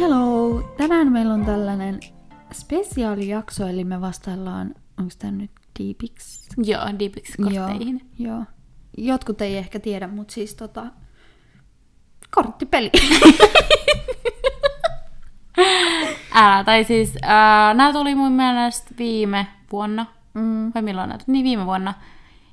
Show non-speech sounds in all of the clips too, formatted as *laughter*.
Hello! Tänään meillä on tällainen spesiaalijakso, eli me vastaillaan, onko tämä nyt Deepix? Joo, Deepix-kortteihin. Joo, joo. Jotkut ei ehkä tiedä, mutta siis tota, *laughs* korttipeli. Älä, tai siis äh, nämä tuli mun mielestä viime vuonna, Mm. vai milloin näitä? Niin viime vuonna.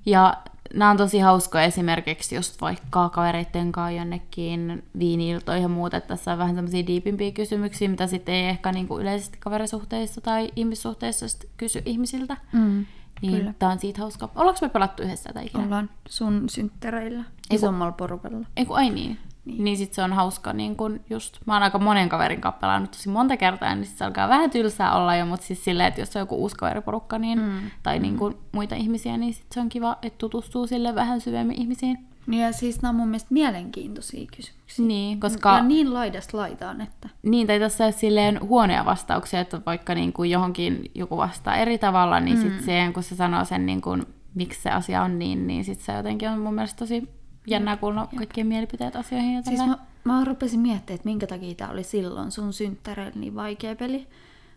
Ja nämä on tosi hauskoja esimerkiksi just vaikka kavereitten kanssa jonnekin viiniiltoihin ja muuta, että tässä on vähän semmoisia diipimpiä kysymyksiä, mitä sitten ei ehkä niinku yleisesti kaverisuhteissa tai ihmissuhteissa sit kysy ihmisiltä. Mm. Niin Kyllä. tää on siitä hauskaa. Ollaanko me pelattu yhdessä tätä ikinä? Ollaan sun synttereillä, isommalla porukalla. Ei kun ai niin. Niin, niin sit se on hauska niin kun just, mä oon aika monen kaverin kanssa pelannut tosi monta kertaa, niin sit se alkaa vähän tylsää olla jo, mutta siis silleen, että jos on joku uusi kaveriporukka niin, mm. tai niin kun muita ihmisiä, niin sit se on kiva, että tutustuu sille vähän syvemmin ihmisiin. Niin ja siis nämä on mun mielestä mielenkiintoisia kysymyksiä. Niin, Ja koska niin laidasta laitaan, että... Niin, tai tässä ei ole silleen huonoja vastauksia, että vaikka niin kuin johonkin joku vastaa eri tavalla, niin sit siihen, kun se sanoo sen, niin kuin, miksi se asia on niin, niin sit se jotenkin on mun mielestä tosi jännää kuulla kaikkien mielipiteet asioihin. Ja Siis tälleen. mä, mä rupesin miettimään, että minkä takia tämä oli silloin sun synttäreillä niin vaikea peli.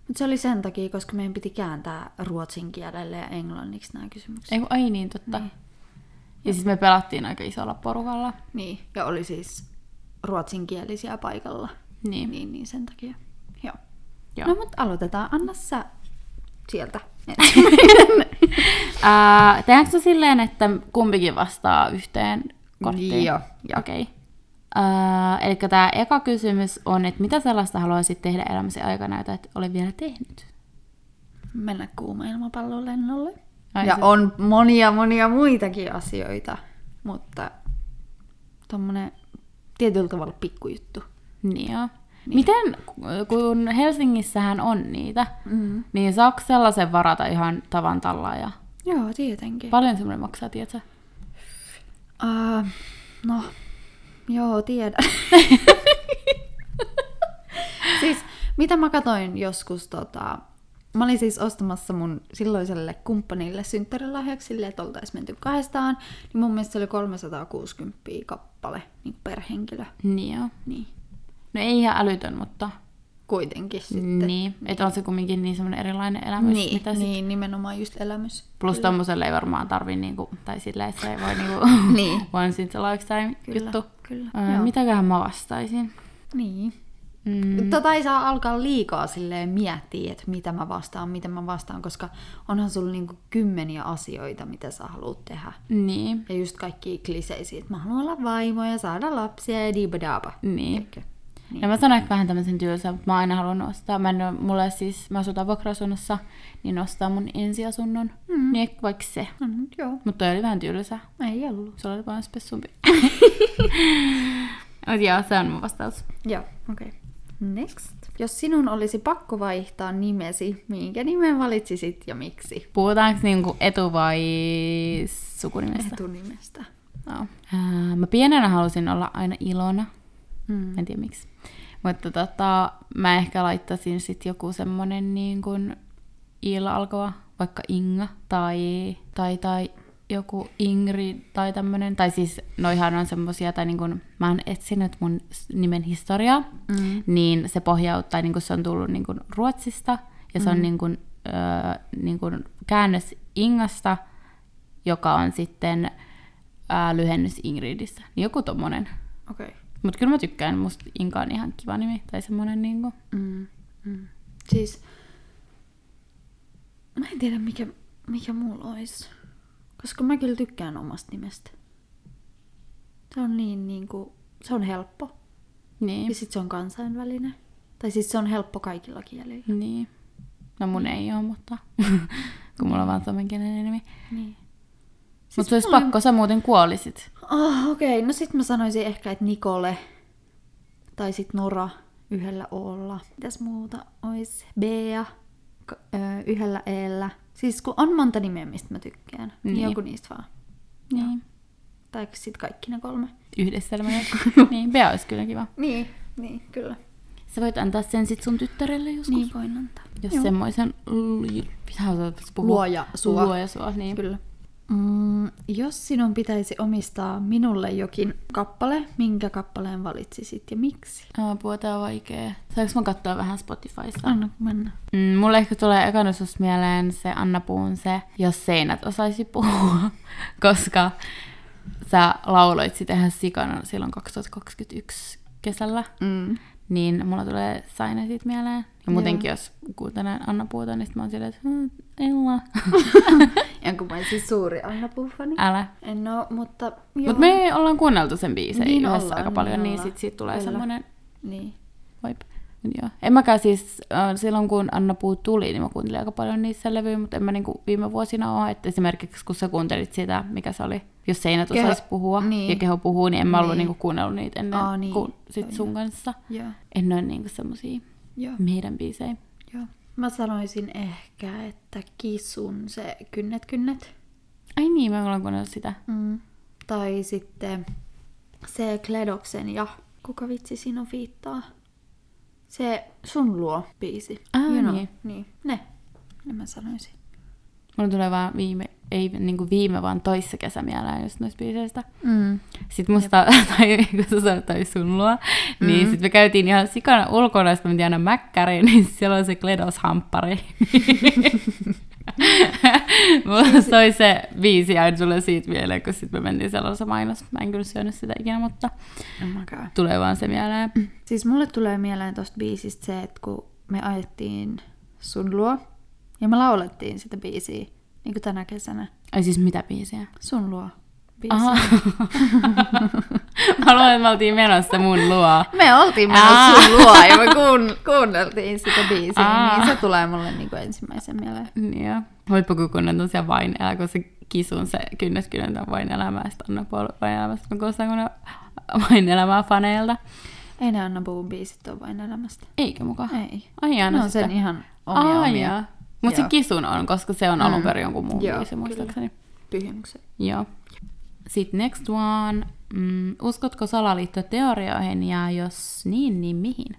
Mutta se oli sen takia, koska meidän piti kääntää ruotsin kielelle ja englanniksi nämä kysymykset. Ei, kun- ai niin, totta. Mm. Niin. Ja siis me pelattiin aika isolla porukalla. Niin, ja oli siis ruotsinkielisiä paikalla. Niin. Niin, niin sen takia. Joo. Joo. No mutta aloitetaan. Anna sä *laughs* sieltä. niin. Ää, tehdäänkö se silleen, että kumpikin vastaa yhteen korttiin? Joo, joo. Okei. Okay. Eli tämä eka kysymys on, että mitä sellaista haluaisit tehdä elämäsi aikana, jota et ole vielä tehnyt? Mennä kuuma ilmapallon lennolle. Ai ja se- on monia monia muitakin asioita, mutta tommonen tietyllä tavalla pikkujuttu. Niin joo. Miten, kun Helsingissähän on niitä, mm. niin saako sellaisen varata ihan tavan tallaan ja Joo, tietenkin. paljon semmoinen maksaa, tiedätkö? Uh, no, joo, tiedän. *laughs* siis, mitä mä katoin joskus, tota, mä olin siis ostamassa mun silloiselle kumppanille synttärilahjaksi silleen, että oltais menty kahdestaan, niin mun mielestä se oli 360 kappale niin per henkilö. Niin joo. Niin, No ei ihan älytön, mutta kuitenkin sitten. Sitten. niin. Että on se kumminkin niin semmoinen erilainen elämys, Niin, mitä sit niin nimenomaan just elämys. Plus tommoselle ei varmaan tarvi, niinku, tai sillä ei se ei voi niinku, *laughs* Niin. *laughs* once in a lifetime Kyllä, juttu. kyllä, Öö, joo. mitäköhän mä vastaisin? Niin. Mm, Mm. Tota ei saa alkaa liikaa silleen miettiä, että mitä mä vastaan, mitä mä vastaan, koska onhan sulla niinku kymmeniä asioita, mitä sä haluat tehdä. niin, Ja just kaikki kliseisiä, että mä haluan olla vaimo ja saada lapsia ja diibadaaba. niin. Eikö? Ja mä sanoin ehkä vähän tämmöisen tylsän, mutta mä oon aina halunnut ostaa. Mä en oo, mulle siis, mä asutaan vuokra-asunnossa, niin ostaa mun ensiasunnon. Mm. Niin ehkä vaikka se. No nyt joo, Mutta toi oli vähän tylsä. ei ollut. Sulla oli *laughs* paljon spessumpi. Mut joo, se on mun vastaus. Joo, okei. Okay. Next. Jos sinun olisi pakko vaihtaa nimesi, minkä nimen valitsisit ja miksi? Puhutaanko niinku etu- vai sukunimestä? Etunimestä. No. Ää, Mä pienenä halusin olla aina Ilona. Mm. Mä en tiedä miksi. Mutta tota, mä ehkä laittaisin sit joku semmonen niin kuin Iilla alkava, vaikka Inga tai, tai, tai joku Ingrid tai tämmönen. Tai siis noihan on semmosia, tai niin kuin, mä oon etsinyt mun s- nimen historiaa, mm. niin se pohjauttaa, tai niin kuin se on tullut niin kuin Ruotsista, ja se mm. on niin kuin, öö, niin kuin käännös Ingasta, joka on sitten ää, lyhennys Ingridissä. Niin Joku tommonen. Okei. Okay. Mutta kyllä mä tykkään, musta Inka on ihan kiva nimi, tai semmonen niinku. Mm, mm. Siis, mä en tiedä mikä, mikä mulla olisi. Koska mä kyllä tykkään omasta nimestä. Se on niin niinku, se on helppo. Niin. Ja sit se on kansainvälinen. Tai siis se on helppo kaikilla kielillä. niin. No mun ei oo, mutta *laughs* kun mulla on vaan suomenkielinen nimi. Niin. Siis mutta Mm. se olisi pakko, sä muuten kuolisit. Oh, okei, okay. no sit mä sanoisin ehkä, että Nikole. Tai sit Nora yhdellä olla. Mitäs muuta ois? Bea k- ö, yhdellä eellä. Siis kun on monta nimeä, mistä mä tykkään. Niin, niin Niin. joku niistä vaan. Niin. Tai sit kaikki ne kolme. Yhdessä elämänä. *laughs* niin, Bea olisi kyllä kiva. Niin, niin, kyllä. Sä voit antaa sen sit sun tyttärelle joskus. Niin voin antaa. Jos semmoisen... l- Pitää osata puhua. Luoja sua. Luoja sua, niin. Kyllä. Mm, jos sinun pitäisi omistaa minulle jokin kappale, minkä kappaleen valitsisit ja miksi? Apua, tää on vaikee. Saanko mä katsoa vähän Spotifysta? Anna mennä. Mm, mulle ehkä tulee ekanussus mieleen se Anna Puun se, jos seinät osaisi puhua, *laughs* koska sä lauloit sitä ihan sikana silloin 2021 kesällä, Mm. niin mulla tulee Saina siitä mieleen. Ja muutenkin jos kuuntelen Anna Puuta, niin sit mä oon silleen, että "Hmm, *laughs* Ella, *laughs* Ja kun mä oon siis suuri Anna Puffani. älä. En oo, mutta... joo. Mutta me ollaan kuunneltu sen biisejä Niin niin yhdessä ollaan, aika niin paljon, niin ollaan. sit siitä tulee Kyllä. semmoinen Niin. vibe. Mut Joo. En mäkään siis, äh, silloin kun Anna Puu tuli, niin mä kuuntelin aika paljon niissä levyjä, mutta en mä niinku viime vuosina ole. Että esimerkiksi kun sä kuuntelit sitä, mikä se oli, jos seinät Keho- osaisi puhua niin. ja keho puhuu, niin en mä ollut Niin. niinku kuunnellut niitä ennen Aa, niin. kuin sit sun kanssa. Joo. En ole niinku semmosia Joo. meidän biisejä. Joo. Mä sanoisin ehkä, että kisun se kynnet kynnet. Ai niin, mä olen kuunnellut sitä. Mm. Tai sitten se Kledoksen ja kuka vitsi sinun viittaa? Se sun luo biisi. Ah, know. niin. niin. Ne. Ne mä sanoisin. Mulla tulee vaan viime, ei niinku viime, vaan toissa kesä mieleen just noista biiseistä. Mm. Sitten musta, *laughs* tai kun sä sanoit, tai sun luo, niin sitten me käytiin ihan sikana ulkona, sitten me mentiin aina mäkkäriin, *laughs* niin siellä oli se Kledos-hamppari. *laughs* Mulla soi se viisi aina tulee siitä mieleen, kun sitten me mentiin sellaisessa mainos. Mä en kyllä syönyt sitä ikinä, mutta Oh tulee vaan se mieleen. Siis mulle tulee mieleen tosta biisistä se, että kun me ajettiin sun luo ja me laulettiin sitä biisiä, niin kuin tänä kesänä. Ai siis mitä biisiä? *laughs* Sun luo biisi. Aha. mä luulen, että me oltiin menossa mun luo. *laughs* Me oltiin Aa. myös sun luo ja me kuun, kuunneltiin sitä biisiä, Aa. niin se tulee mulle niin kuin ensimmäisen mieleen. Niin joo. Huippukukunnan tosiaan vain elää, kun se kisun se kynnes kynnet on vain elämää, sitten Anna Paul vain elämästä. Mä kuulostan kun vain elämää faneilta. Ei ne Anna Buun biisit ole vain elämästä. Eikö muka? Ei. Ai no Ne aina on sen ihan omia Aa, omia. Mutta se Joo. kisun on, koska se on alun Mm. perin jonkun muun Joo, biisi muistaakseni. Pyhimyksen. Joo. Sitten next one. Mm, uskotko salaliittoteorioihin ja jos niin, niin mihin?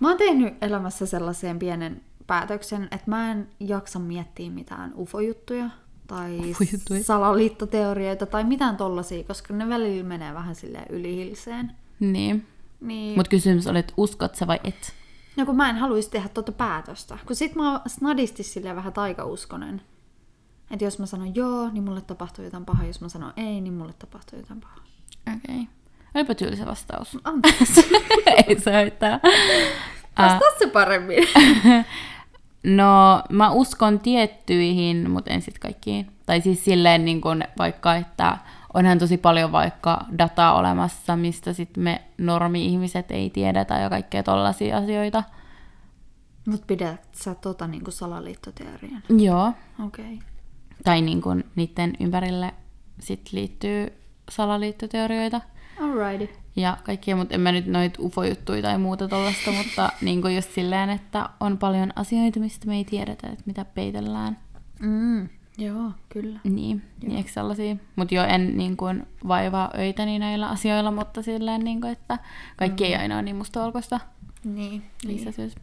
Mä oon tehnyt elämässä sellaisen pienen päätöksen, että mä en jaksa miettiä mitään ufojuttuja tai Ufojuttuja. salaliittoteorioita tai mitään tollasia, koska ne välillä menee vähän silleen ylihilseen. Niin. Niin, Mut. Mutta kysymys oli, että uskot sä vai et? no kun mä en haluaisi tehdä tuota päätöstä. Kun sit mä oon snadisti silleen vähän taikauskonen. Että jos mä sanon joo, niin mulle tapahtuu jotain pahaa. Jos mä sanon ei, niin mulle tapahtuu jotain pahaa. Okei. Okay. Olipa tylsä vastaus. *laughs* Anteeksi, Ei se haittaa. Ah, vastaa se paremmin. *laughs* No, mä uskon tiettyihin, mutta en sitten kaikkiin. Tai siis silleen niin kun vaikka, että onhan tosi paljon vaikka dataa olemassa, mistä sitten me normi-ihmiset ei tiedetä ja kaikkea tollaisia asioita. Mut pidät sä tota niinku salaliittoteorian? Joo. Okei. Okay. Tai niin kun niiden ympärille sit liittyy salaliittoteorioita Alrighty. ja kaikkea, mutta en mä nyt noit ufojuttuja tai muuta tollasta, mutta niin kun just silleen, että on paljon asioita, mistä me ei tiedetä, että mitä peitellään. Mm, joo, kyllä. Niin, niin eikö sellaisia? Mutta jo en niin kuin, vaivaa öitäni näillä asioilla, mutta silleen, niin kuin, että kaikki ei aina ole niin mustavalkoista Niin, niissä asioissa.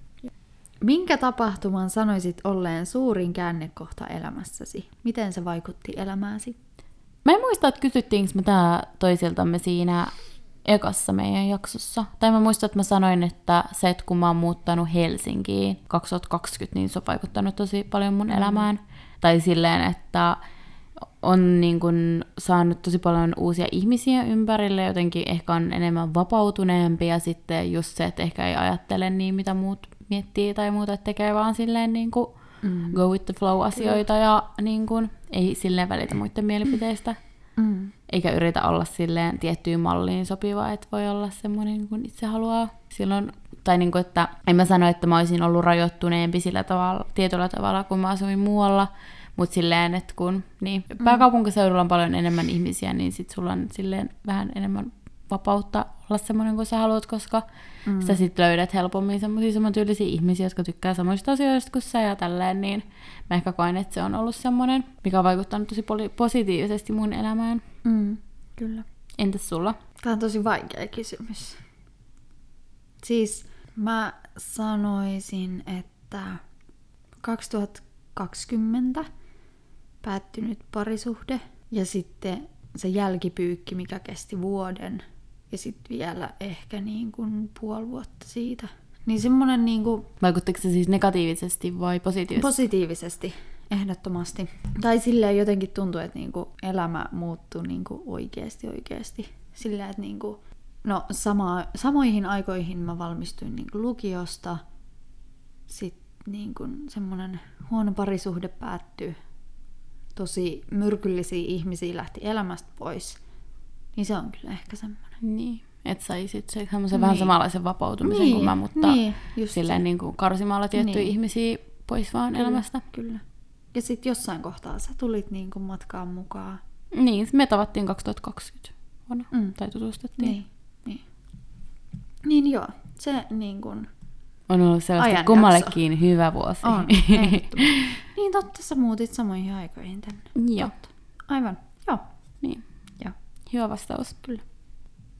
Minkä tapahtuman sanoisit olleen suurin käännekohta elämässäsi? Miten se vaikutti elämääsi? Mä en muista, että kysyttiinkö me tää toisiltamme siinä ekassa meidän jaksossa. Tai mä muistan, että mä sanoin, että se, että kun mä oon muuttanut Helsinkiin 2020, niin se on vaikuttanut tosi paljon mun elämään. Tai silleen, että on niin kun saanut tosi paljon uusia ihmisiä ympärille, jotenkin ehkä on enemmän vapautuneempi ja sitten just se, että ehkä ei ajattele niin, mitä muut miettii tai muuta, että tekee vaan silleen niin kuin mm. go with the flow asioita ja niin kun, ei silleen välitä muiden mielipiteistä. Mm. Eikä yritä olla silleen tiettyyn malliin sopiva, että voi olla semmoinen kuin itse haluaa. Silloin, tai niin kuin, että en mä sano, että mä olisin ollut rajoittuneempi sillä tavalla, tietyllä tavalla, kun mä asuin muualla. Mutta silleen, että kun niin, pääkaupunkiseudulla on paljon enemmän ihmisiä, niin sit sulla on silleen vähän enemmän vapautta olla semmoinen kuin sä haluat, koska mm. sä sit löydät helpommin semmoisia samantyylisiä ihmisiä, jotka tykkää samoista asioista kuin sä ja tälleen, niin mä ehkä koen, että se on ollut semmoinen, mikä on vaikuttanut tosi poli- positiivisesti mun elämään. Mm, kyllä. Entäs sulla? Tämä on tosi vaikea kysymys. Siis mä sanoisin, että 2020 päättynyt parisuhde Ja sitten se jälkipyykki, mikä kesti vuoden. Ja sitten vielä ehkä niin kuin puoli vuotta siitä. Niin semmoinen niin kuin Vaikuttiko se siis negatiivisesti vai positiivisesti? positiivisesti ehdottomasti. Tai silleen jotenkin tuntuu, että niinku elämä muuttuu niinku oikeasti oikeasti. Silleen, että niinku, no sama, samoihin aikoihin mä valmistuin niinku lukiosta. Sitten niinku semmoinen huono parisuhde päättyy. Tosi myrkyllisiä ihmisiä lähti elämästä pois. Niin se on kyllä ehkä semmoinen. niin. Että sai sitten semmoisen Niin. niin. vähän samanlaisen vapautumisen Niin, kuin mä, mutta niin, niin, just se. silleen niin kuin karsimalla tiettyjä Niin. niin. ihmisiä pois vaan elämästä. Kyllä. Ja sitten jossain kohtaa sä tulit niinku matkaan mukaan. Niin, me tavattiin 2020 vuonna, Mm. mm. tai tutustuttiin. Niin. Niin, niin joo, se niin kuin On ollut sellaista Ajanjakso. kummallekin hyvä vuosi. *laughs* on. ehdottomasti. niin totta, sä muutit samoihin aikoihin tänne. Joo. Aivan, joo. Niin. joo. Hyvä vastaus. Kyllä.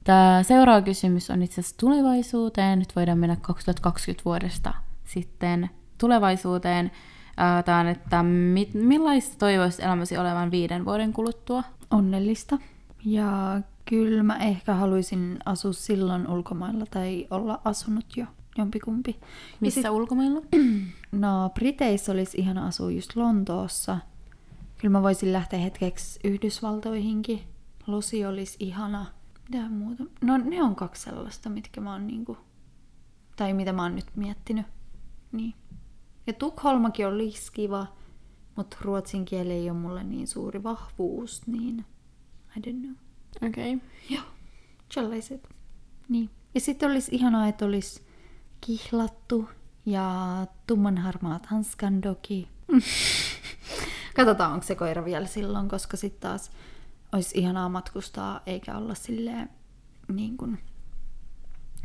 Tämä seuraava kysymys on itse asiassa tulevaisuuteen. Nyt voidaan mennä 2020 vuodesta sitten tulevaisuuteen. Tämä on, että mit, millaista toivoisit elämäsi olevan viiden vuoden kuluttua? Onnellista. Ja kyllä mä ehkä haluaisin asua silloin ulkomailla tai olla asunut jo jompikumpi. Ja Missä sit- sit... ulkomailla? *clears throat* No, Briteissä olisi ihana asua just Lontoossa. Kyllä mä voisin lähteä hetkeksi Yhdysvaltoihinkin. Losi olisi ihana. Mitä muuta? No ne on kaksi sellaista, mitkä mä oon niinku... Tai mitä mä oon nyt miettinyt. Niin. Ja Tukholmakin on liskiva, mutta ruotsin kieli ei ole mulle niin suuri vahvuus, niin... I don't know. Okei. Okay. Joo, sellaiset. Niin. Ja sitten olisi ihanaa, että olisi kihlattu ja tummanharmaat hanskan doki. *laughs* Katsotaan, onko se koira vielä silloin, koska sitten taas olisi ihanaa matkustaa eikä olla silleen niin kuin,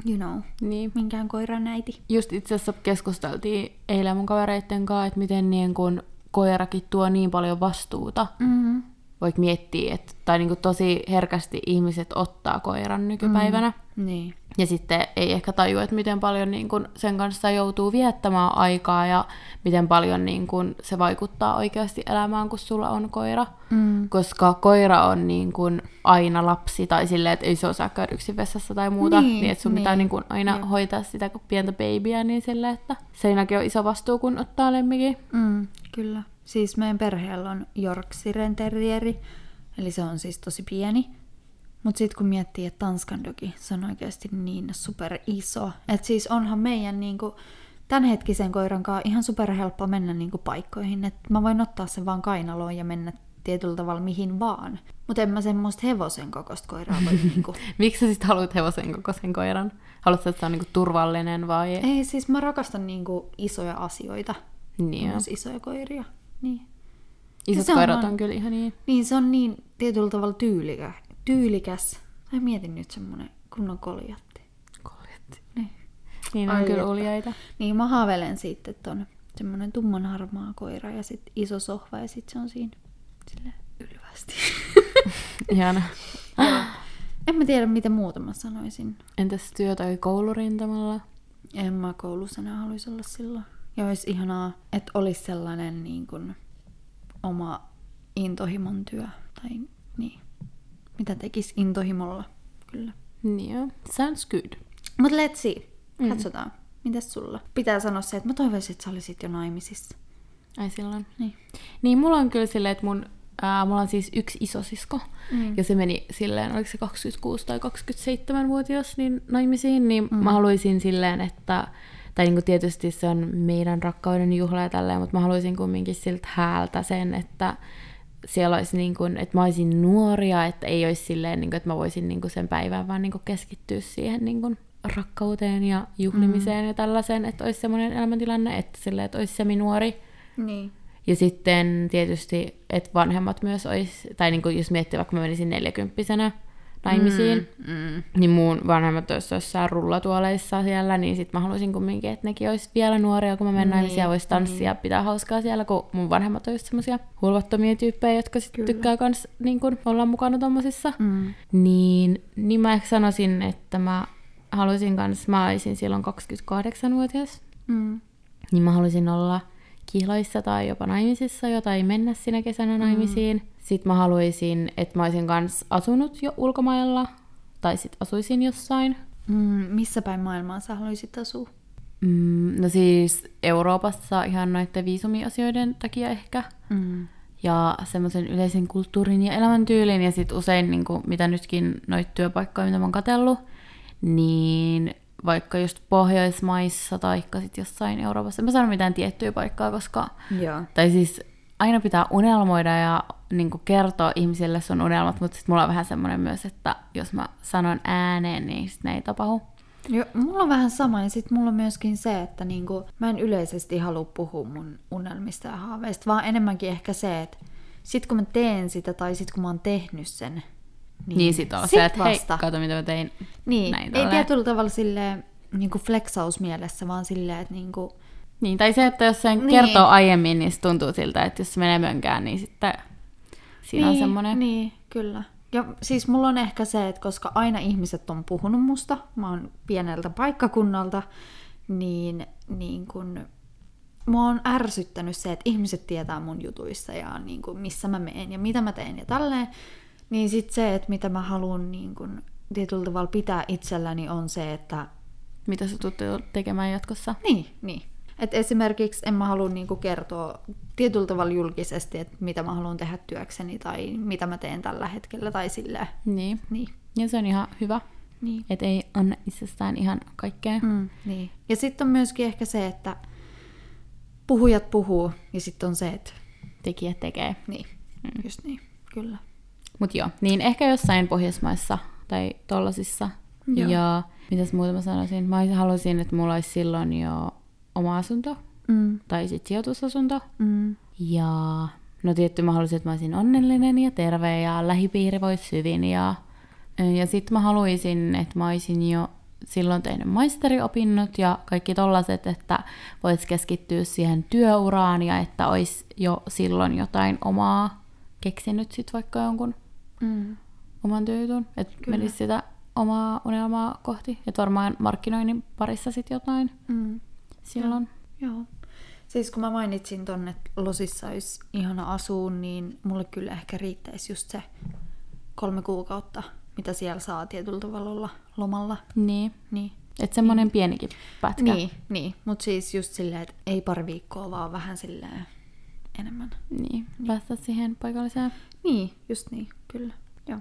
you know, Niin. minkään koiran äiti. Just itse asiassa keskusteltiin eilen mun kavereitten kanssa, että miten niin kun koirakin tuo niin paljon vastuuta. Mm-hmm. Voit miettiä, että tai niin tosi herkästi ihmiset ottaa koiran nykypäivänä. Mm. Niin. Ja sitten ei ehkä tajua, että miten paljon niin kun sen kanssa joutuu viettämään aikaa ja miten paljon niin kun se vaikuttaa oikeasti elämään, kun sulla on koira. Mm. Koska koira on niin kun aina lapsi tai silleen, että ei se osaa käydä yksin vessassa tai muuta. Niin, Niin, niin että sun niin. niin. pitää niin kun aina Jep. Jep. hoitaa sitä kun pientä babyä niin silleen, että seinäkin on iso vastuu, kun ottaa lemmikin. Mm, kyllä. Siis meidän perheellä on Yorkshiren terrieri, eli se on siis tosi pieni. Mutta sitten kun miettii, että Tanskan dogi, se on oikeasti niin super iso. Että siis onhan meidän niinku, tämänhetkisen koiran kanssa ihan superhelppo mennä niinku paikkoihin. Että mä voin ottaa sen vaan kainaloon ja mennä tietyllä tavalla mihin vaan. Mutta en mä semmoista hevosen kokosta koiraa voi niinku... Miksi sä sitten haluat hevosen kokoisen koiran? Haluatko, että se on niin turvallinen vai? Ei, siis mä rakastan niinku isoja asioita. Niin joo. Myös isoja koiria. Niin. Isot No se on koirat vaan- on kyllä ihan niin. Niin se on niin tietyllä tavalla tyylikä, tyylikäs. Mä mietin nyt semmonen kunnon koljatti. Koljetti. Niin. Niin on Ai kyllä että. uljaita. niin mä haaveilen siitä, että on semmonen tumman harmaa koira ja sit iso sohva ja sit se on siinä sille *laughs* ylvästi. Ihana. en mä tiedä mitä muuta mä sanoisin. Entäs työ tai koulurintamalla? En mä koulussa enää haluaisi olla silloin. Ja olisi ihanaa, että olisi sellainen niin kuin, oma intohimon työ. Tai niin, mitä tekisi intohimolla, kyllä. Niin joo. Sounds good. Mut let's see. Katsotaan. Mm. Mitäs sulla? Pitää sanoa se, että mä toivoisin, että sä olisit jo naimisissa. Ai silloin. Niin. Niin mulla on kyllä silleen, että mun, ää, mulla on siis yksi isosisko. Mm. Mm. Ja se meni silleen, oliko se 26 tai 27-vuotias niin naimisiin, niin mm. mä haluaisin silleen, että tai niin tietysti se on meidän rakkauden juhla ja tälleen, mutta mä haluaisin kumminkin siltä häältä sen, että siellä olisi niin kuin, että mä olisin nuoria, että ei olisi silleen, niin kuin, että mä voisin niin kuin sen päivän vaan niin kuin keskittyä siihen niin kuin rakkauteen ja juhlimiseen mm. ja tällaiseen, että olisi semmoinen elämäntilanne, että, silleen, että olisi seminuori. Niin. Ja sitten tietysti, että vanhemmat myös olisi, tai niin kuin jos miettii vaikka mä menisin neljäkymppisenä naimisiin, Mm. mm. niin mun vanhemmat olisi jossain rullatuoleissa siellä, niin sitten mä haluaisin kumminkin, että nekin olisi vielä nuoria, kun mä menen Niin, niin, naimisiin ja voisi tanssia ja pitää hauskaa siellä, kun mun vanhemmat olisi semmoisia hulvattomia tyyppejä, jotka sitten Kyllä. tykkää kans niin kun olla mukana tommosissa. Mm. Niin, niin mä ehkä sanoisin, että mä haluaisin kans, mä olisin silloin 28-vuotias, Mm. niin mä haluaisin olla kihloissa tai jopa naimisissa jo, tai mennä sinä kesänä naimisiin. Sitten mä haluaisin, että mä olisin kans asunut jo ulkomailla, tai sitten asuisin jossain. Mm, missä päin maailmaa sä haluaisit asua? Mm, no siis Euroopassa ihan noiden viisumiasioiden takia ehkä. Mm. Ja semmoisen yleisen kulttuurin ja elämäntyylin. Ja sitten usein, niin kuin, mitä nytkin noita työpaikkoja, mitä mä oon katsellut, niin vaikka just Pohjoismaissa tai sitten jossain Euroopassa. En mä sano mitään tiettyä paikkaa, koska... Joo. Tai siis aina pitää unelmoida ja niin kuin kertoa ihmisille sun unelmat, mutta sitten mulla on vähän semmoinen myös, että jos mä sanon ääneen, niin sitten ne ei tapahdu. Joo, mulla on vähän sama ja sitten mulla on myöskin se, että niinku, mä en yleisesti halua puhua mun unelmista ja haaveista, vaan enemmänkin ehkä se, että sit kun mä teen sitä tai sit kun mä oon tehnyt sen, Niin, niin sit on se, että hei, kato mitä mä tein. Niin, Näin ei tolleen. tietyllä tavalla silleen niinku flexaus mielessä, vaan silleen, että niinku, Niin, tai se, että jos sen Niin. niin. kertoo aiemmin, niin se tuntuu siltä, että jos se menee mönkään, niin sitten siinä niin, on semmoinen. Niin. Niin, kyllä. Ja siis mulla on ehkä se, että koska aina ihmiset on puhunut musta, mä oon pieneltä paikkakunnalta, niin, niin kun, mua on ärsyttänyt se, että ihmiset tietää mun jutuissa ja niin kun, missä mä meen ja mitä mä teen ja tälleen. Niin sit se, että mitä mä haluan niin kun, tietyllä tavalla pitää itselläni on se, että Mitä sä tulet tekemään jatkossa? Niin, niin. Et esimerkiksi en mä halua niinku kertoa tietyllä tavalla julkisesti, että mitä mä haluan tehdä työkseni tai mitä mä teen tällä hetkellä tai silleen. Niin. Niin. Ja se on ihan hyvä, Niin. että ei anna itsestään ihan kaikkea. Mm. Mm, niin. Ja sitten on myöskin ehkä se, että puhujat puhuu ja sitten on se, että Tekijä tekee. niin, mm. just niin, kyllä. Mut joo, niin ehkä jossain Pohjoismaissa tai tollasissa. Joo. Joo. Ja mitäs muuta mä sanoisin? Mä olisin- haluaisin, että mulla olisi silloin jo oma asunto Mm, tai sitten sijoitusasunto. mm, Ja no tietty mä haluaisin, että mä olisin onnellinen ja terve ja lähipiiri voisi hyvin. Ja, ja sitten mä haluaisin, että mä olisin jo silloin tehnyt maisteriopinnot ja kaikki tollaset, että voisi keskittyä siihen työuraan ja että olisi jo silloin jotain omaa keksinyt sit vaikka jonkun mm. oman työjutun. Että Kyllä. menisi sitä omaa unelmaa kohti. Että varmaan markkinoinnin parissa sitten jotain Mm. silloin. Joo. Siis kun mä mainitsin tonne, että Losissa olisi ihana asua, niin mulle kyllä ehkä riittäisi just se kolme kuukautta, mitä siellä saa tietyllä tavalla olla lomalla. Niin. Niin. Että semmoinen pienikin pätkä. Niin, niin. mutta siis just silleen, että ei pari viikkoa, vaan vähän silleen enemmän. Niin, päästä siihen paikalliseen. Niin, just niin, kyllä. Joo,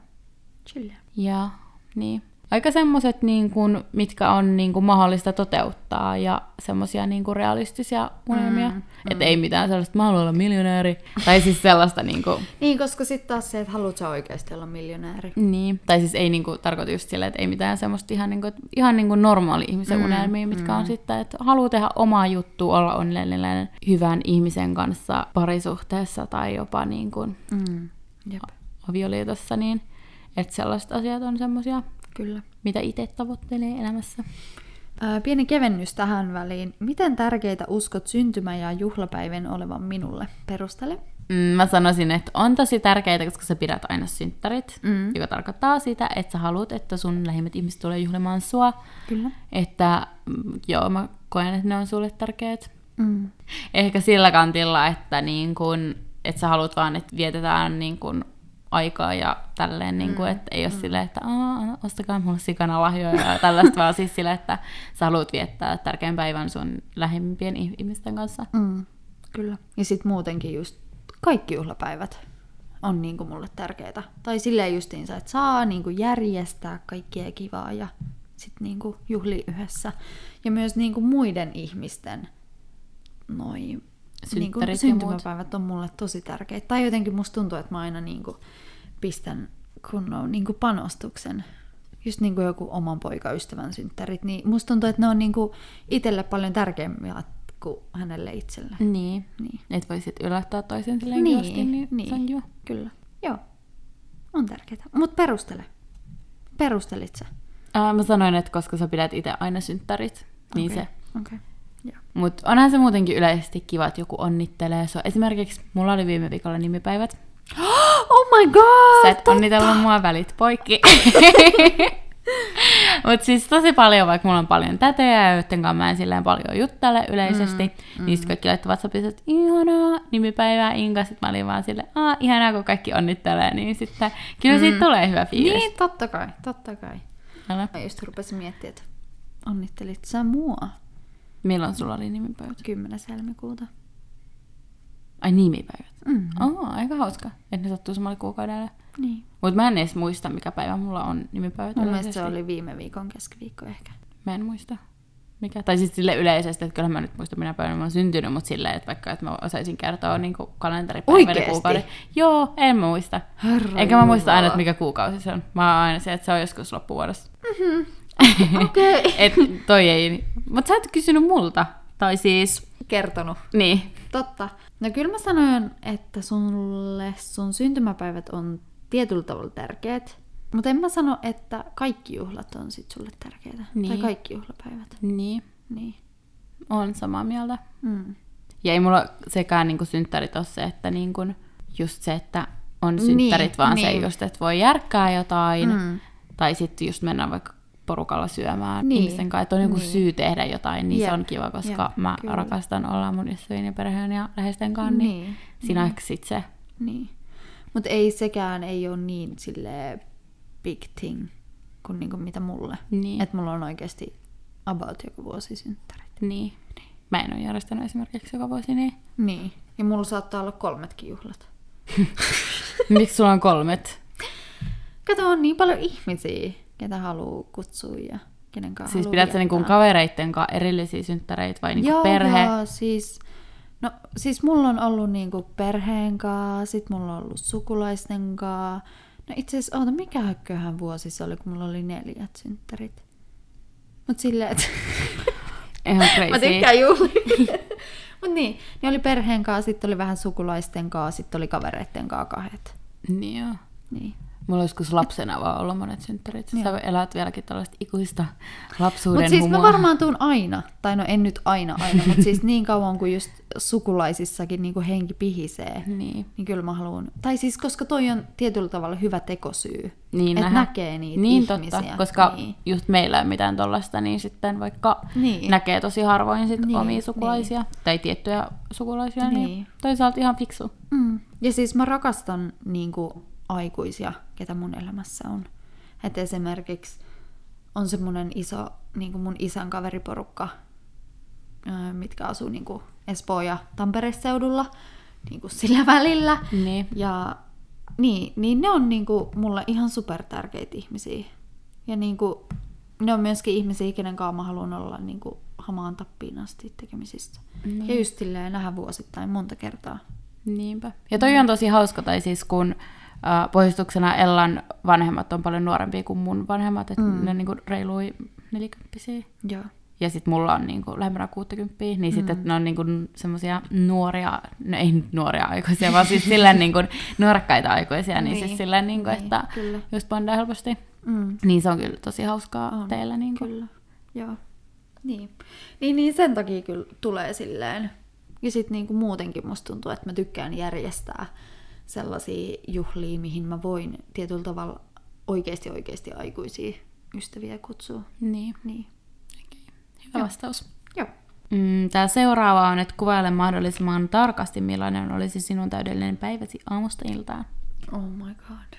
chillia. Ja niin. Aika semmoset, niin kun, mitkä on niin kun, mahdollista toteuttaa ja semmosia niin kun, realistisia unelmia. Mm, Että ei mitään sellaista, että mä haluan olla miljonääri. tai siis sellaista, niin, kun, Niin, koska sitten taas se, että haluat sä oikeasti olla miljonääri. niin. tai siis ei niin kun, tarkoita just sillä, että ei mitään semmoista ihan, niin kun, ihan niin kun, normaali ihmisen mm, unelmia, mitkä mm. on sitten, että haluaa tehdä omaa juttua, olla onnellinen hyvän ihmisen kanssa parisuhteessa tai jopa niin kun, Mm. Jep, avioliitossa, niin että sellaiset asiat on semmosia, kyllä. mitä itse tavoittelee elämässä. Ää, Pieni kevennys tähän väliin. Miten tärkeitä uskot syntymä- ja juhlapäivän olevan minulle? Perustele. Mm, mä sanoisin, että on tosi tärkeää, koska sä pidät aina synttärit, Mm. mm. joka tarkoittaa sitä, että sä haluat, että sun lähimmät ihmiset tulee juhlimaan sua. Kyllä. Että mm, joo, mä koen, että ne on sulle tärkeät. Mm. Ehkä sillä kantilla, että niin kun, et sä haluat vaan, että vietetään niin kun aikaa ja tälleen, niin Mm. kun, että ei ole silleen, että "Aa, ostakaa mulle sikana lahjoja ja tällaista, vaan siis silleen, että sä haluat viettää tärkeän päivän sun lähimpien ih- ihmisten kanssa. Mm. Kyllä. Ja sitten muutenkin just kaikki juhlapäivät on niinku mulle tärkeitä. Tai silleen justiinsa, että saa niinku järjestää kaikkea kivaa ja sitten niinku juhli yhdessä. Ja myös niinku muiden ihmisten noin niinku Synttärit ja muut. syntymäpäivät on mulle tosi tärkeitä. Tai jotenkin musta tuntuu, että mä aina niinku pistän kunnon niinku panostuksen. Just niinku joku oman poikaystävän synttärit, niin musta tuntuu, että ne on niinku itselle paljon tärkeämpiä kuin hänelle itselle. Niin. Niin. Et voi sit yllättää toisen silleen Niin, niin, kivasti, niin, niin se on kiva. Kyllä. Joo. On tärkeää. Mutta perustele. Perustelit sä. Ää, mä sanoin, että koska sä pidät itse aina synttärit, niin Okei. se. Okei. *gasps* Joo. Mutta onhan se muutenkin yleisesti kiva, että joku onnittelee sua. Esimerkiksi mulla oli viime viikolla nimipäivät. Oh my god! *laughs* Sä et onnitellut mua välit poikki. Mutta siis tosi paljon, vaikka mulla on paljon tätejä, joiden kanssa mä en silleen paljon juttele yleisesti, mm, niin sitten kaikki laittoi WhatsAppissa, että ihanaa, nimipäivää Inka, sitten mä olin vaan silleen, aah, ihanaa, kun kaikki onnittelee, niin sitten kyllä siitä tulee hyvä fiilis. Niin, totta kai, totta kai. Älä. Mä just rupesin miettimään, että onnittelit sä mua Milloin sulla oli nimipäivät? 10. helmikuuta. Ai nimipäivät. Mm. Oh, aika hauska, että ne sattuu samalle kuukaudelle. Niin. Mutta mä en edes muista, mikä päivä mulla on nimipäivät. Mun mielestä se yleisesti. oli viime viikon keskiviikko ehkä. Mä en muista. Mikä? Tai siis sille yleisesti, että kyllähän mä nyt muistan minä päivänä mä oon syntynyt, mutta silleen, että vaikka että mä osaisin kertoa niin kalenteripäivän ja Oikeesti? kuukauden. Joo, en mä muista. Herra Eikä mä muista Jumala. aina, että mikä kuukausi se on. Mä oon aina se, että se on joskus loppuvuodessa. Mm-hmm. *laughs* Okei. Et toi ei. Mutta sä et kysynyt multa. Tai siis, Kertonut. niin. Totta. No kyllä mä sanoin, että sulle sun syntymäpäivät on tietyllä tavalla tärkeät. Mutta en mä sano, että kaikki juhlat on sit sulle tärkeitä. Tai Niin. kaikki juhlapäivät. Niin, Niin. on samaa mieltä. Mm. Ja ei mulla sekään niin synttärit ole se, että niin kuin, just se, että on synttärit, Niin, niin, vaan niin. niin. se just, että voi järkkää jotain. Mm. Mm. Tai sitten just mennään vaikka porukalla syömään Niin. niin. ihmisten kanssa, että on joku Niin. niin. syy tehdä jotain, niin Jep, se on kiva, koska jep, jep, mä kyllä. kyllä. rakastan olla mun ystävien ja perheen ja läheisten kanssa, niin, Niin, niin. siinä on sit se. Niin. Mutta ei sekään ei ole niin sille big thing kuin niinku mitä mulle. Niin. Että mulla on oikeasti about joku vuosi synttärit. Niin. Mä en ole järjestänyt esimerkiksi joka vuosi, niin *laughs* Niin. Ja mulla saattaa olla kolmetkin juhlat. miksi sulla on kolmet? Kato, on niin paljon ihmisiä, ketä haluaa kutsua ja kenen kanssa Siis haluu pidät sä niinku viettää. kavereitten kanssa erillisiä synttäreitä vai niinku joo, perhe? Joo, siis, no, siis mulla on ollut niinku perheen kanssa, sit mulla on ollut sukulaisten kanssa. No itse asiassa, oota, mikäköhän vuosi se oli, kun mulla oli neljät synttärit. Mut silleen, että... *laughs* Ihan crazy. *laughs* Mä tykkään juhlia. *laughs* Mut niin, niin oli perheen kanssa, sitten oli vähän sukulaisten kanssa, sitten oli kavereitten kanssa kahdet. Niin joo. Niin. Mulla joskus lapsena vaan ollut monet synttärit. Sä Joo. elät vieläkin tällaista ikuista Mutta lapsuuden siis humoa. mä varmaan tuun aina, tai no en nyt aina aina, mutta *laughs* siis niin kauan kuin just sukulaisissakin niin kuin henki pihisee, Niin. niin kyllä mä haluan. Tai siis koska toi on tietyllä tavalla hyvä tekosyy, Niin että nähdä. näkee niitä niin, ihmisiä. Totta, koska niin. niin. just meillä ei ole mitään tollasta, niin sitten vaikka Niin. niin. näkee tosi harvoin sit Niin, niin, omia sukulaisia niin. tai tiettyjä sukulaisia, niin. Niin. niin toisaalta ihan fiksu. Mm. Ja siis mä rakastan niin kuin, aikuisia, ketä mun elämässä on. Et esimerkiksi on semmoinen iso niin kuin mun isän kaveriporukka, ö, mitkä asuu niin kuin Espoo ja Tampereen seudulla niin kuin sillä välillä. Niin. Ja niin, niin ne on niin kuin, mulle ihan supertärkeitä ihmisiä. Ja niin kuin, ne on myöskin ihmisiä, kenen kanssa mä haluan olla niin kuin, hamaan tappiin asti tekemisissä. Niin. Ja just silleen nähdä vuosittain monta kertaa. Niinpä. Ja toi on tosi hauska, tai siis kun äh, pohjustuksena Ellan vanhemmat on paljon nuorempia kuin mun vanhemmat, että mm. ne on niinku reilui nelikymppisiä. Joo. ja sitten mulla on niinku lähempänä 60, niin mm. sitten ne on niinku semmoisia nuoria, no ei nyt nuoria aikuisia, vaan siis silleen niinku nuorekkaita aikuisia, niin, Niin, siis silleen, niinku, niin, että kyllä. just bondaa helposti. Mm. Niin se on kyllä tosi hauskaa On, on, teillä. Niinku. Kyllä, joo. Niin. Niin, niin sen takia kyllä tulee silleen. Ja sitten niinku muutenkin musta tuntuu, että mä tykkään järjestää sellaisia juhlia, mihin mä voin tietyllä tavalla oikeasti oikeasti aikuisia ystäviä kutsua. Niin, Niin. hyvä Joo. vastaus. Joo. Mm, Tämä seuraava on, että kuvaile mahdollisimman tarkasti, millainen olisi sinun täydellinen päiväsi aamusta iltaan. *laughs* Oh my god.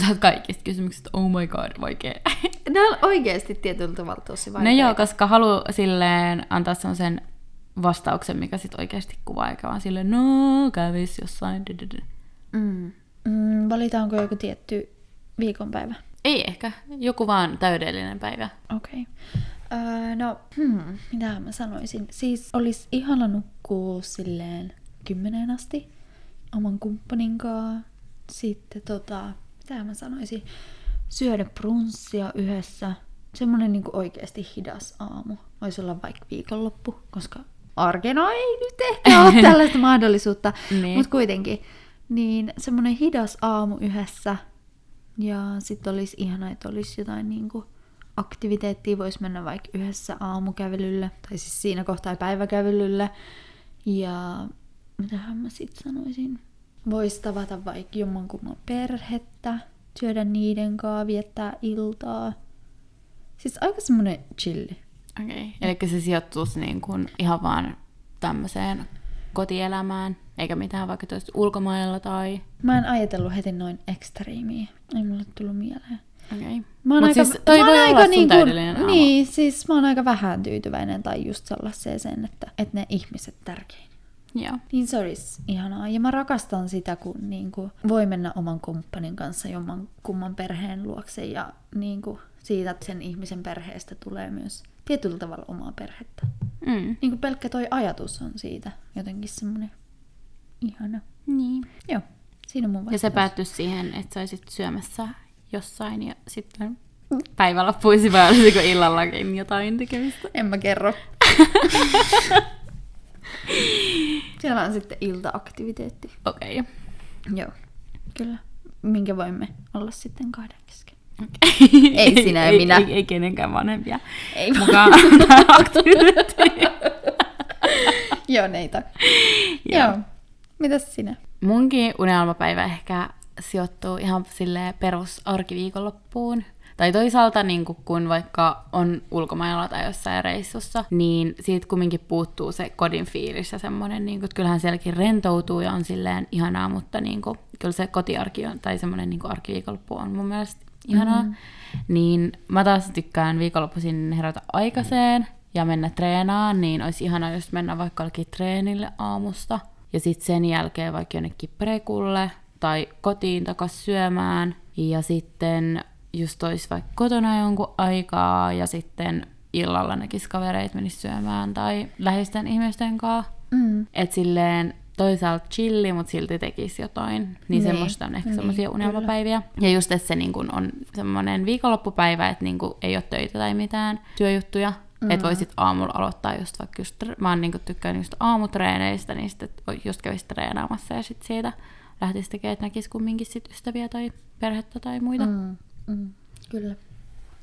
Sä oot kaikista kysymyksistä, oh my god, vaikea. *laughs* Nämä on oikeasti tietyllä tavalla tosi No vaikeita. joo, koska haluaa silleen antaa semmoisen vastauksen, mikä sit oikeasti kuvaa, eikä vaan silleen, no kävis jossain. dydydyd." Mm. Mm, valitaanko joku tietty viikonpäivä? Ei ehkä, joku vaan täydellinen päivä. Okei. Öö, no, *clears throat* hmm, mitä mä sanoisin? Siis olisi ihana nukkua silleen kymmeneen asti oman kumppanin kanssa. Sitten tota, mitä mä sanoisin? Syödä brunssia yhdessä. Semmoinen niinku oikeasti hidas aamu. Voisi olla vaikka viikonloppu, koska arkena ei nyt ehkä ole tällaista mahdollisuutta. Niin. Mutta kuitenkin. Niin semmoinen hidas aamu yhdessä. Ja sitten olisi ihana, että olisi jotain niinku aktiviteettia. Voisi mennä vaikka yhdessä aamukävelylle, tai siis siinä kohtaa päiväkävelylle. Ja mitähän mä sitten sanoisin? Voisi tavata vaikka jommankumman perhettä, syödä niiden kanssa, viettää iltaa. Siis aika semmonen chilli. Okei. Okay. Eli se sijoittuisi niin kuin ihan vaan tämmöiseen kotielämään, eikä mitään vaikka toista ulkomailla tai... Mä en ajatellut heti noin ekstriimiä. Ei mulle tullut mieleen. Okei. Okay. Mä oon Mut aika, siis toi mä oon voi aika olla sun niin täydellinen aamu. Niin, siis mä oon aika vähän tyytyväinen tai just sellaiseen, että, että ne ihmiset tärkein. Joo. Niin se olisi ihanaa. Ja mä rakastan sitä, kun niin kuin, voi mennä oman kumppanin kanssa jomman kumman perheen luokse ja niin kuin, siitä että sen ihmisen perheestä tulee myös tietyllä tavalla omaa perhettä. Mm. Niin kuin pelkkä toi ajatus on siitä jotenkin semmoinen ihana. Niin. Joo, siinä on mun Ja vastaus. se päättyisi siihen, että sä olisit syömässä jossain ja sitten päivä loppuisi vai olisiko illallakin jotain tekemistä. En mä *laughs* kerro. Siellä on sitten iltaaktiviteetti. Okei. Okay. Joo, kyllä. Minkä voimme olla sitten kahden kesken. Okay. Ei sinä ja *laughs* ei, minä. Ei, ei kenenkään vanhempia Ei mukaan tähän aktiviteettiin. *laughs* Joo, neitä. Joo. Joo. Mitäs sinä? Munkin unelmapäivä ehkä sijoittuu ihan sille perusarkiviikonloppuun. Tai toisaalta, niin kun vaikka on ulkomailla tai jossain reissussa, niin siitä kumminkin puuttuu se kodin fiilis ja semmoinen, niin kun, kyllähän sielläkin rentoutuu ja on silleen ihanaa, mutta niin kun, kyllä se kotiarki on, tai semmoinen niin arkiviikonloppu on mun mielestä ihanaa. Mm. Niin mä taas tykkään viikonloppuisin herätä aikaiseen ja mennä treenaan, niin olisi ihanaa just mennä vaikka jollekin treenille aamusta. Ja sitten sen jälkeen vaikka jonnekin prekulle tai kotiin takas syömään. Ja sitten just olisi vaikka kotona jonkun aikaa ja sitten illalla näkisi kavereit menisi syömään tai läheisten ihmisten kanssa. Mm. Et silleen toisaalta chilli, mutta silti tekisi jotain. Niin Niin, semmoista on ehkä niin, semmoisia kyllä. unelmapäiviä. Ja just, että se niin kun on semmoinen viikonloppupäivä, että niin kun ei ole töitä tai mitään työjuttuja. Mm. Että voisit aamulla aloittaa just vaikka just, tr- mä oon niin tykkään just aamutreeneistä, niin sitten just kävis treenaamassa ja sitten siitä lähtisi tekemään, että näkisi kumminkin sit ystäviä tai perhettä tai muita. Mm. Mm. Mm. Kyllä.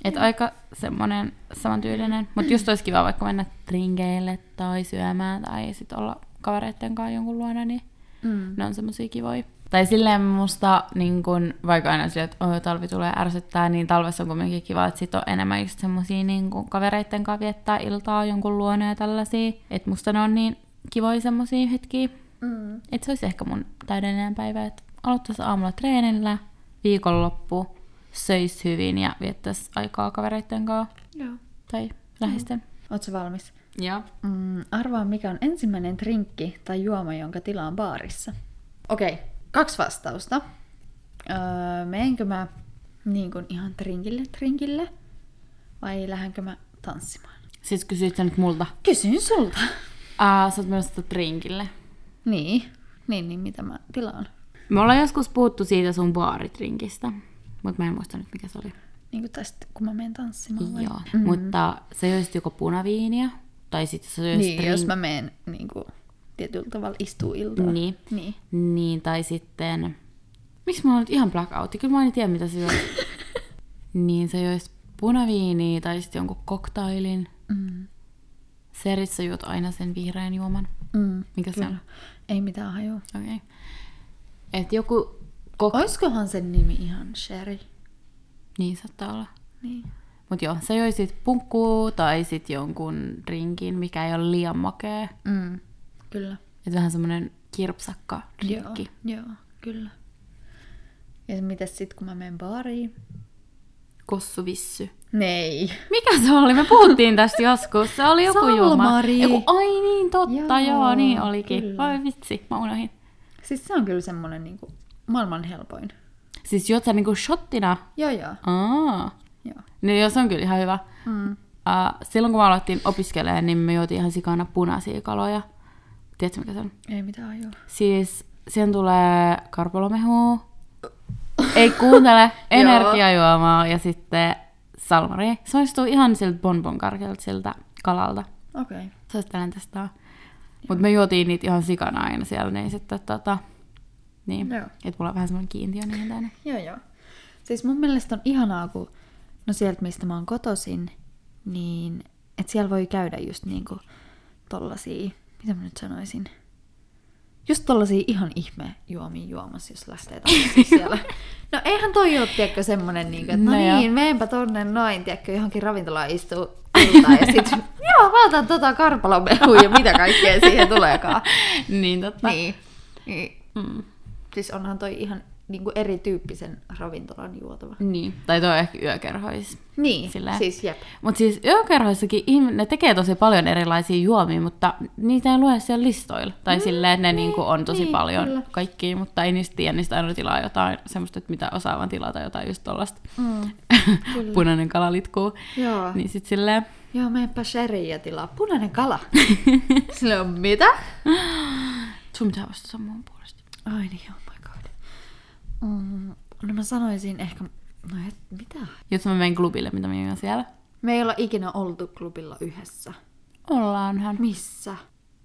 Että aika semmoinen samantyylinen. Mutta just olisi kiva vaikka mennä trinkeille tai syömään tai sitten olla kavereitten kanssa jonkun luona, niin Mm. ne on semmosia kivoja. Tai silleen musta, niin kun, vaikka aina sille, että oh, talvi tulee ärsyttää, niin talvessa on kuitenkin kiva, että sit on enemmän just semmosia niin kun kavereitten kanssa viettää iltaa jonkun luona ja tällaisia. Että musta ne on niin kivoja semmosia hetkiä. Mm. Että se olisi ehkä mun täydellinen päivä, että aloittaisi aamulla treenillä, viikonloppu, söisi hyvin ja viettäisi aikaa kavereitten kanssa Joo. tai läheisten. Ootko valmis? Joo. Mm, arvaa, mikä on ensimmäinen trinkki tai juoma, jonka tilaan baarissa. Okei, kaksi vastausta. Öö, meenkö mä niin kuin ihan trinkille trinkille vai lähdenkö mä tanssimaan? Siis kysyit sä nyt multa. Kysyn sulta. *laughs* Aa, sä oot menossa trinkille. Niin, niin, niin mitä mä tilaan? Me ollaan joskus puhuttu siitä sun baaritrinkistä, mutta mä en muista nyt mikä se oli. Niin kuin tästä, kun mä Mm-hmm. menen tanssimaan vai? Joo. Mm. Mutta se joisit joko punaviiniä, tai sitten se joisit Niin, jos mä menen niin kuin, tietyllä tavalla istuu iltaa. Niin. niin. niin, tai sitten... Miksi mä oon nyt ihan blackoutti? Kyllä mä en tiedä, mitä *laughs* se joisi. niin, se joisi punaviiniä tai sitten jonkun koktailin. Mm. Serissä juot aina sen vihreän juoman. Mm. Mikä se on? Ei mitään hajua. Okei. Okay. Et joku... Kok... Oiskohan sen nimi ihan Sherry? Niin saattaa olla. Niin. Mut joo, sä joisit punkkuu tai sit jonkun drinkin, mikä ei ole liian makea. Mm. Kyllä. Et vähän semmonen kirpsakka Joo, drinkki. joo, kyllä. Ja mitäs sit, kun mä menen baariin? Kossuvissy. Nei. Mikä se oli? Me puhuttiin tästä joskus. Se oli joku juoma. Salmari. Joku, ai niin, totta, joo, Joo, joo niin olikin. kyllä. Voi vitsi, mä unohdin. Siis se on kyllä semmonen niinku maailman helpoin. Siis juot sä niinku shottina? Joo, joo. Aa. joo. No joo, se on kyllä ihan hyvä. Mm. Uh, silloin kun me alettiin opiskelemaan, niin me juotiin ihan sikana punaisia kaloja. Tiedätkö mikä se on? Ei mitään hajua. Siis siihen tulee karpalomehu, ei *laughs* kuuntele, energiajuomaa ja sitten salmari. Se maistuu ihan siltä bonbon karkelta siltä kalalta. Okei. Okay. Suosittelen tästä. Mutta me juotiin niitä ihan sikana aina siellä, niin sitten tota... Niin, Joo. että mulla on vähän semmoinen kiintiö niin niihin *laughs* tänne. Joo, joo. Siis mun mielestä on ihanaa, kun no sieltä mistä mä oon kotosin, niin että siellä voi käydä just niinku tollasia, mitä mä nyt sanoisin, Just tollasia ihan ihme juomia juomassa, jos lähtee *laughs* tanssiin siellä. No eihän toi ole, tiedätkö, semmonen, niin kuin, että no, No joo. niin, meenpä tonne noin, tiedätkö, johonkin ravintolaan istuu iltaan ja *laughs* sit, joo, mä otan tota karpalomehua ja mitä kaikkea siihen tuleekaan. *laughs* niin totta. niin. niin. Mm. Siis onhan toi ihan niin kuin erityyppisen ravintolan juotava. niin. Tai toi on ehkä yökerhoissa. Niin, Silleen. siis jep. Mutta siis yökerhoissakin ihmi- ne tekee tosi paljon erilaisia juomia, mutta niitä ei lue siellä listoilla. Tai silleen ne niinku on tosi Mm, niin, niin, paljon kyllä. kyllä. kaikkia, mutta ei niistä tiedä, niistä aina tilaa jotain semmoista, että mitä osaa vaan tilata jotain just tollasta. Mm. Kyllä. *laughs* Ah. Punainen kala litkuu. Joo. Niin sit silleen, *gasps* Joo, meenpä sherryä tilaa. Punainen *laughs* kala. Sille on mitä? sun pitää vastata mun puolesta. Ai niin, oh my god. Mm, no mä sanoisin ehkä... No et, mitä? Jos mä menen klubille, mitä mä juon siellä? Me ei olla ikinä oltu klubilla yhdessä. Ollaanhan. Missä?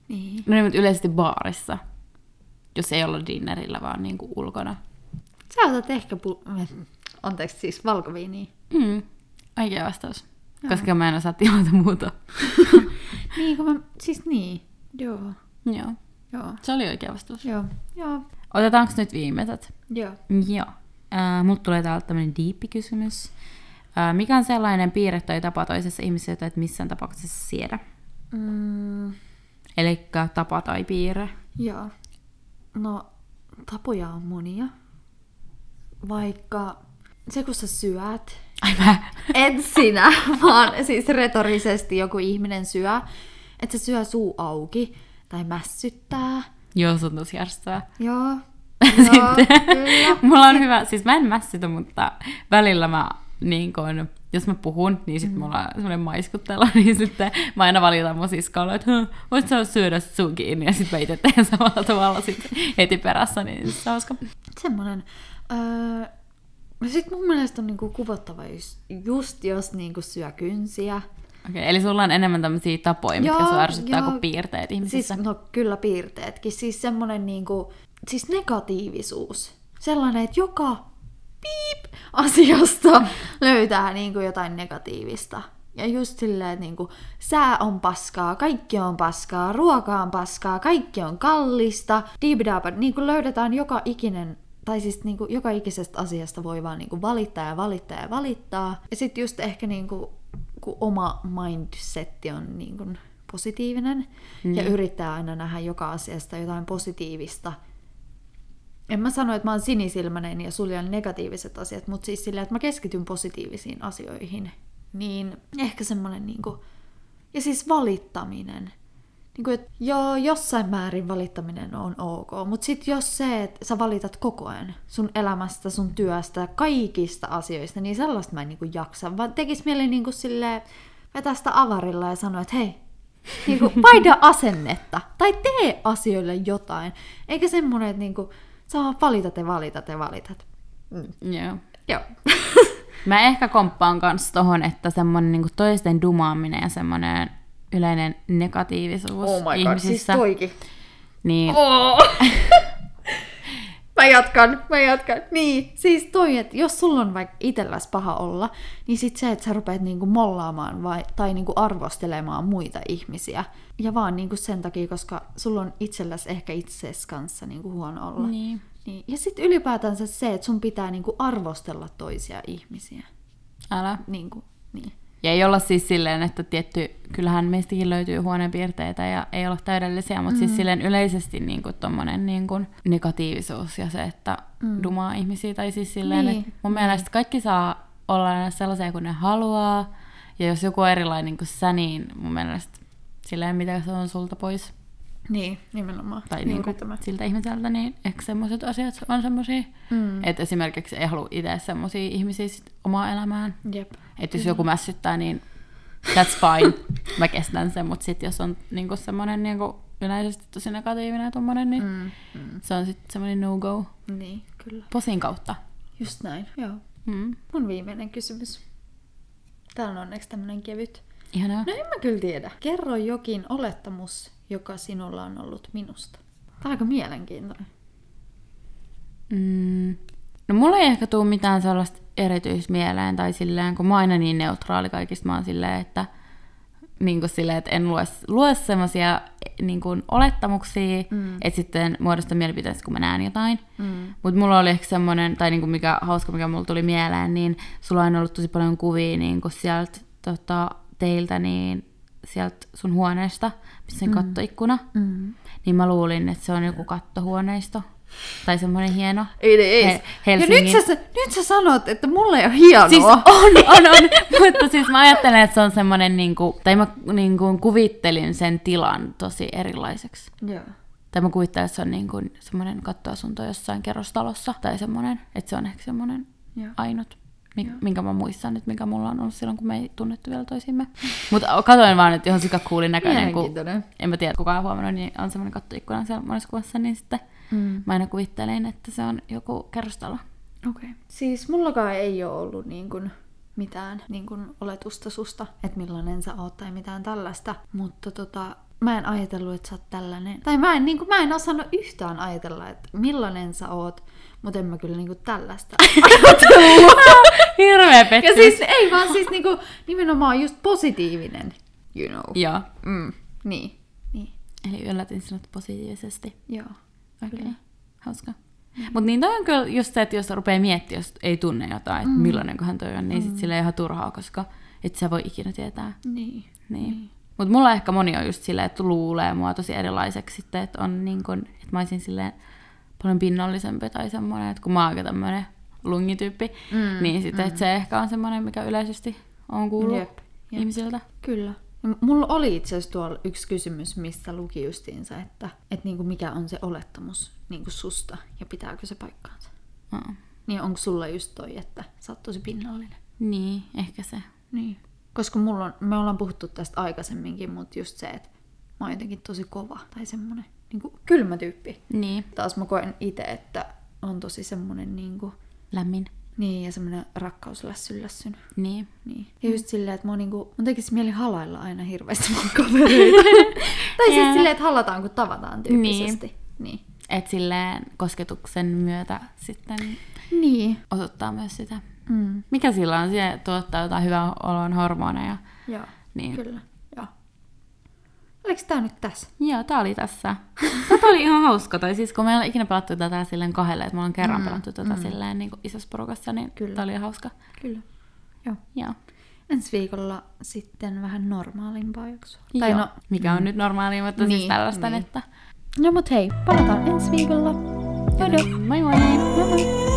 Niin. No niin, mutta yleisesti baarissa. Jos ei olla dinnerillä, vaan niinku ulkona. Sä otat ehkä... Pu- Anteeksi, siis valkoviiniä. Mm. Oikea vastaus. Koska mä en osaa tilata muuta. *laughs* niin, kun mä... Siis niin. Joo. Joo. Joo. Se oli oikea vastaus. Joo. Joo. Otetaanko nyt viimeiset? Joo. Joo. Äh, Mulle tulee täältä tämmöinen diippikysymys. Äh, mikä on sellainen piirre tai tapa toisessa ihmisessä, jota et missään tapauksessa siedä? Mm, Eli tapa tai piirre. joo. No, tapoja on monia. Vaikka se, kun sä *laughs* syöt, Ai mä. et sinä, vaan siis retorisesti joku ihminen syö, että se syö suu auki tai mässyttää. Joo, se on tosi ärsyttävää. Joo. Joo, *laughs* Sitten- kyllä. Mulla on hyvä, siis mä en mässitä, mutta välillä mä niin kun, jos mä puhun, niin Mm. sitten mulla on semmoinen maiskuttelu, *laughs* niin sitten mä aina valitan mun siskolle, että "Huh, voit sä syödä sun kiinni, ja sitten mä itse teen samalla tavalla sit heti perässä, niin se on hauska. Semmoinen. Öö, no sit mun mielestä on niinku kuvottava just, just jos niinku syö kynsiä. Okei, eli sulla on enemmän tämmöisiä tapoja, mitkä Joo, sua ärsyttää joo. kuin piirteet ihmisissä. Siis, no kyllä piirteetkin. Siis semmonen niinku, siis negatiivisuus. Sellainen, että joka piip asiasta löytää niinku jotain negatiivista. Ja just silleen, että niinku, sää on paskaa, kaikki on paskaa, ruoka on paskaa, kaikki on kallista. Diibdaapa, niinku löydetään joka ikinen tai siis niinku joka ikisestä asiasta voi vaan niinku valittaa ja valittaa ja valittaa. Ja sitten just ehkä niinku, kun oma mindsetti on niinku positiivinen mm. ja yrittää aina nähdä joka asiasta jotain positiivista. En mä sano, että mä oon sinisilmäinen ja suljen negatiiviset asiat, mutta siis sillä, että mä keskityn positiivisiin asioihin. Niin ehkä semmonen niinku... Ja siis valittaminen. Niin kuin, että joo, jossain määrin valittaminen on ok, mutta sitten jos se, että sä valitat koko ajan sun elämästä, sun työstä, kaikista asioista, niin sellaista mä en niin kuin jaksa, vaan tekis mieli niin kuin silleen vetää sitä avarilla ja sanoa, että hei, niin kuin, vaihda asennetta tai tee asioille jotain, eikä semmoinen, että niin kuin, sä vaan valitat ja valitat ja valitat. Mm. Siis Joo. *laughs* Joo. Mä ehkä komppaan kanssa tohon, että semmonen niinku toisten dumaaminen ja semmonen yleinen negatiivisuus Oh siis ihmisissä. toikin. niin, Oo. *laughs* mä jatkan, mä jatkan. Niin, siis toi, että jos sulla on vaikka itselläs paha olla, niin sit se, että sä rupeat niinku mollaamaan vai, tai niinku arvostelemaan muita ihmisiä. Ja vaan niinku sen takia, koska sulla on itselläs ehkä itses kanssa niinku huono olla. niin. Niin. Ja sitten ylipäätänsä se, että sun pitää niinku arvostella toisia ihmisiä. Älä. Niinku, niin. Ja ei olla siis silleen, että tietty, kyllähän meistäkin löytyy huoneenpiirteitä ja ei olla täydellisiä, mutta mm. siis silleen yleisesti niin kuin tommonen niin kuin negatiivisuus ja se, että mm. dumaa ihmisiä. Tai siis silleen, Niin, niin. että mun mielestä kaikki saa olla aina sellaisia kuin ne haluaa. Ja jos joku on erilainen kuin sä, niin mun mielestä silleen, mitä se on sulta pois. Niin, nimenomaan. Tai niin kuin siltä ihmiseltä, niin ehkä semmoiset asiat on semmoisia. Mm. Mm. Että esimerkiksi ei halua itse semmoisia ihmisiä sit omaa elämään. Jep. Että jos joku mässyttää, niin that's fine. Mä kestän sen, mutta sitten jos on niinku semmoinen niinku yleisesti tosi negatiivinen ja tommonen, niin mm. Mm. Mm. se on sitten semmoinen no-go Niin, kyllä. posin kautta. Just näin, joo. Mm. Mun viimeinen kysymys. Tää on onneksi tämmönen kevyt. Ihanaa. No en mä kyllä tiedä. Kerro jokin olettamus, joka sinulla on ollut minusta. Tää on aika mielenkiintoinen. Mm. No mulla ei ehkä tule mitään sellaista erityismieleen tai silleen, kun mä oon aina niin neutraali kaikista, mä oon silleen, että niin kuin silleen, että en lue, lue semmoisia niin kuin olettamuksia, mm. että sitten muodosta mielipiteestä, kun mä näen jotain. Mm. Mutta mulla oli ehkä semmoinen, tai niin kuin mikä hauska, mikä mulla tuli mieleen, niin sulla on ollut tosi paljon kuvia niin kuin sieltä tota, teiltä, niin sieltä sun huoneesta, missä on mm. kattoikkuna. Mm. Niin mä luulin, että se on joku kattohuoneisto. Tai semmoinen hieno. It is. He- ja Helsingin. nyt sä, no. nyt sä sanot, että mulla ei ole hienoa. Siis on, on, on. *laughs* Mutta siis mä ajattelen, että se on semmoinen, niinku, tai mä niinku, kuvittelin sen tilan tosi erilaiseksi. Joo. Tai mä kuvittelen, että se on niinku, semmoinen kattoasunto jossain kerrostalossa. Tai semmoinen, että se on ehkä semmoinen Joo. ainut, mi- minkä mä muistan nyt, mikä mulla on ollut silloin, kun me ei tunnettu vielä *laughs* toisimme. Mutta katoin vaan, että ihan sikakuulin näköinen, kun Mielenkiintoinen. en mä tiedä, kukaan on huomannut, niin on semmoinen kattoikkuna siellä monessa kuvassa, niin sitten mm. mä aina kuvittelin, että se on joku kerrostalo. Okei. Okay. Siis mullakaan ei ole ollut niin kuin mitään niin kuin oletusta susta, että millainen sä oot tai mitään tällaista, mutta tota, mä en ajatellut, että sä oot tällainen. Tai mä en, niin kuin, mä en osannut yhtään ajatella, että millainen sä oot, mutta en mä kyllä niin kuin *laughs* tällaista ajatellut. Hirveä pettymys. ja siis ei vaan siis niin kuin, nimenomaan just positiivinen, you know. Joo. Mm, niin, niin, Eli yllätin sinut positiivisesti. joo. Okei, okay. hauska. Mutta niin toi on kyllä just se, että jos rupeaa miettimään, jos ei tunne jotain, että millainenkohan toi on, niin sit sillä ei ihan turhaa, koska et sä voi ikinä tietää. Niin. Niin. Mm. Mutta mulla ehkä moni on just silleen, että luulee mua tosi erilaiseksi sitten, että on niin kun, että mä olisin silleen paljon pinnallisempi tai semmoinen, että kun mä oon aika tämmönen lungityyppi, mm, niin sitten mm. se ehkä on semmoinen, mikä yleisesti on kuullut Jep, jep, jep. jep. ihmisiltä. Kyllä. No, mulla oli itse asiassa tuolla yksi kysymys, missä luki justiinsa, että, että niinku mikä on se olettamus niinku susta ja pitääkö se paikkaansa. Aa. Niin onko sulla just toi, että sä oot tosi pinnallinen? Niin, ehkä se. Niin. Koska mulla on, me ollaan puhuttu tästä aikaisemminkin, mutta just se, että mä oon jotenkin tosi kova tai semmonen niinku kylmä tyyppi. Niin, Taas mä koen itse, että on tosi semmonen niinku, lämmin. niin ja semmonen rakkauslässyn Niin. Niin. Ja just silleen, että mä oon niinku, mun tekisi mieli halailla aina hirveästi mun *laughs* kavereita. tai siis Jää. silleen, että halataan kun tavataan tyyppisesti. Niin. Et silleen kosketuksen myötä sitten Niin. osoittaa myös sitä. Mm. Mikä sillä on? Se tuottaa jotain hyvän olon hormoneja. Joo. Niin. Kyllä. Joo. Oliko tää nyt tässä? Joo, tää oli *laughs* tässä. Tätä oli ihan hauska. Tai siis kun meillä ei ole ikinä pelattu tätä silleen kahdelle, että me ollaan kerran mm, pelattu tätä mm. silleen niin kuin isossa porukassa, niin Kyllä. Kyllä. tää oli ihan hauska. Kyllä. Joo. Joo. Ensi viikolla sitten vähän normaalimpaa jaksoa. Tai Joo. no, Mikä on nyt normaalia, mutta niin, Niin, siis tällaista, niin. niin. että... no mut hei, palataan ensi viikolla. Moido! Moi moi! Moi moi!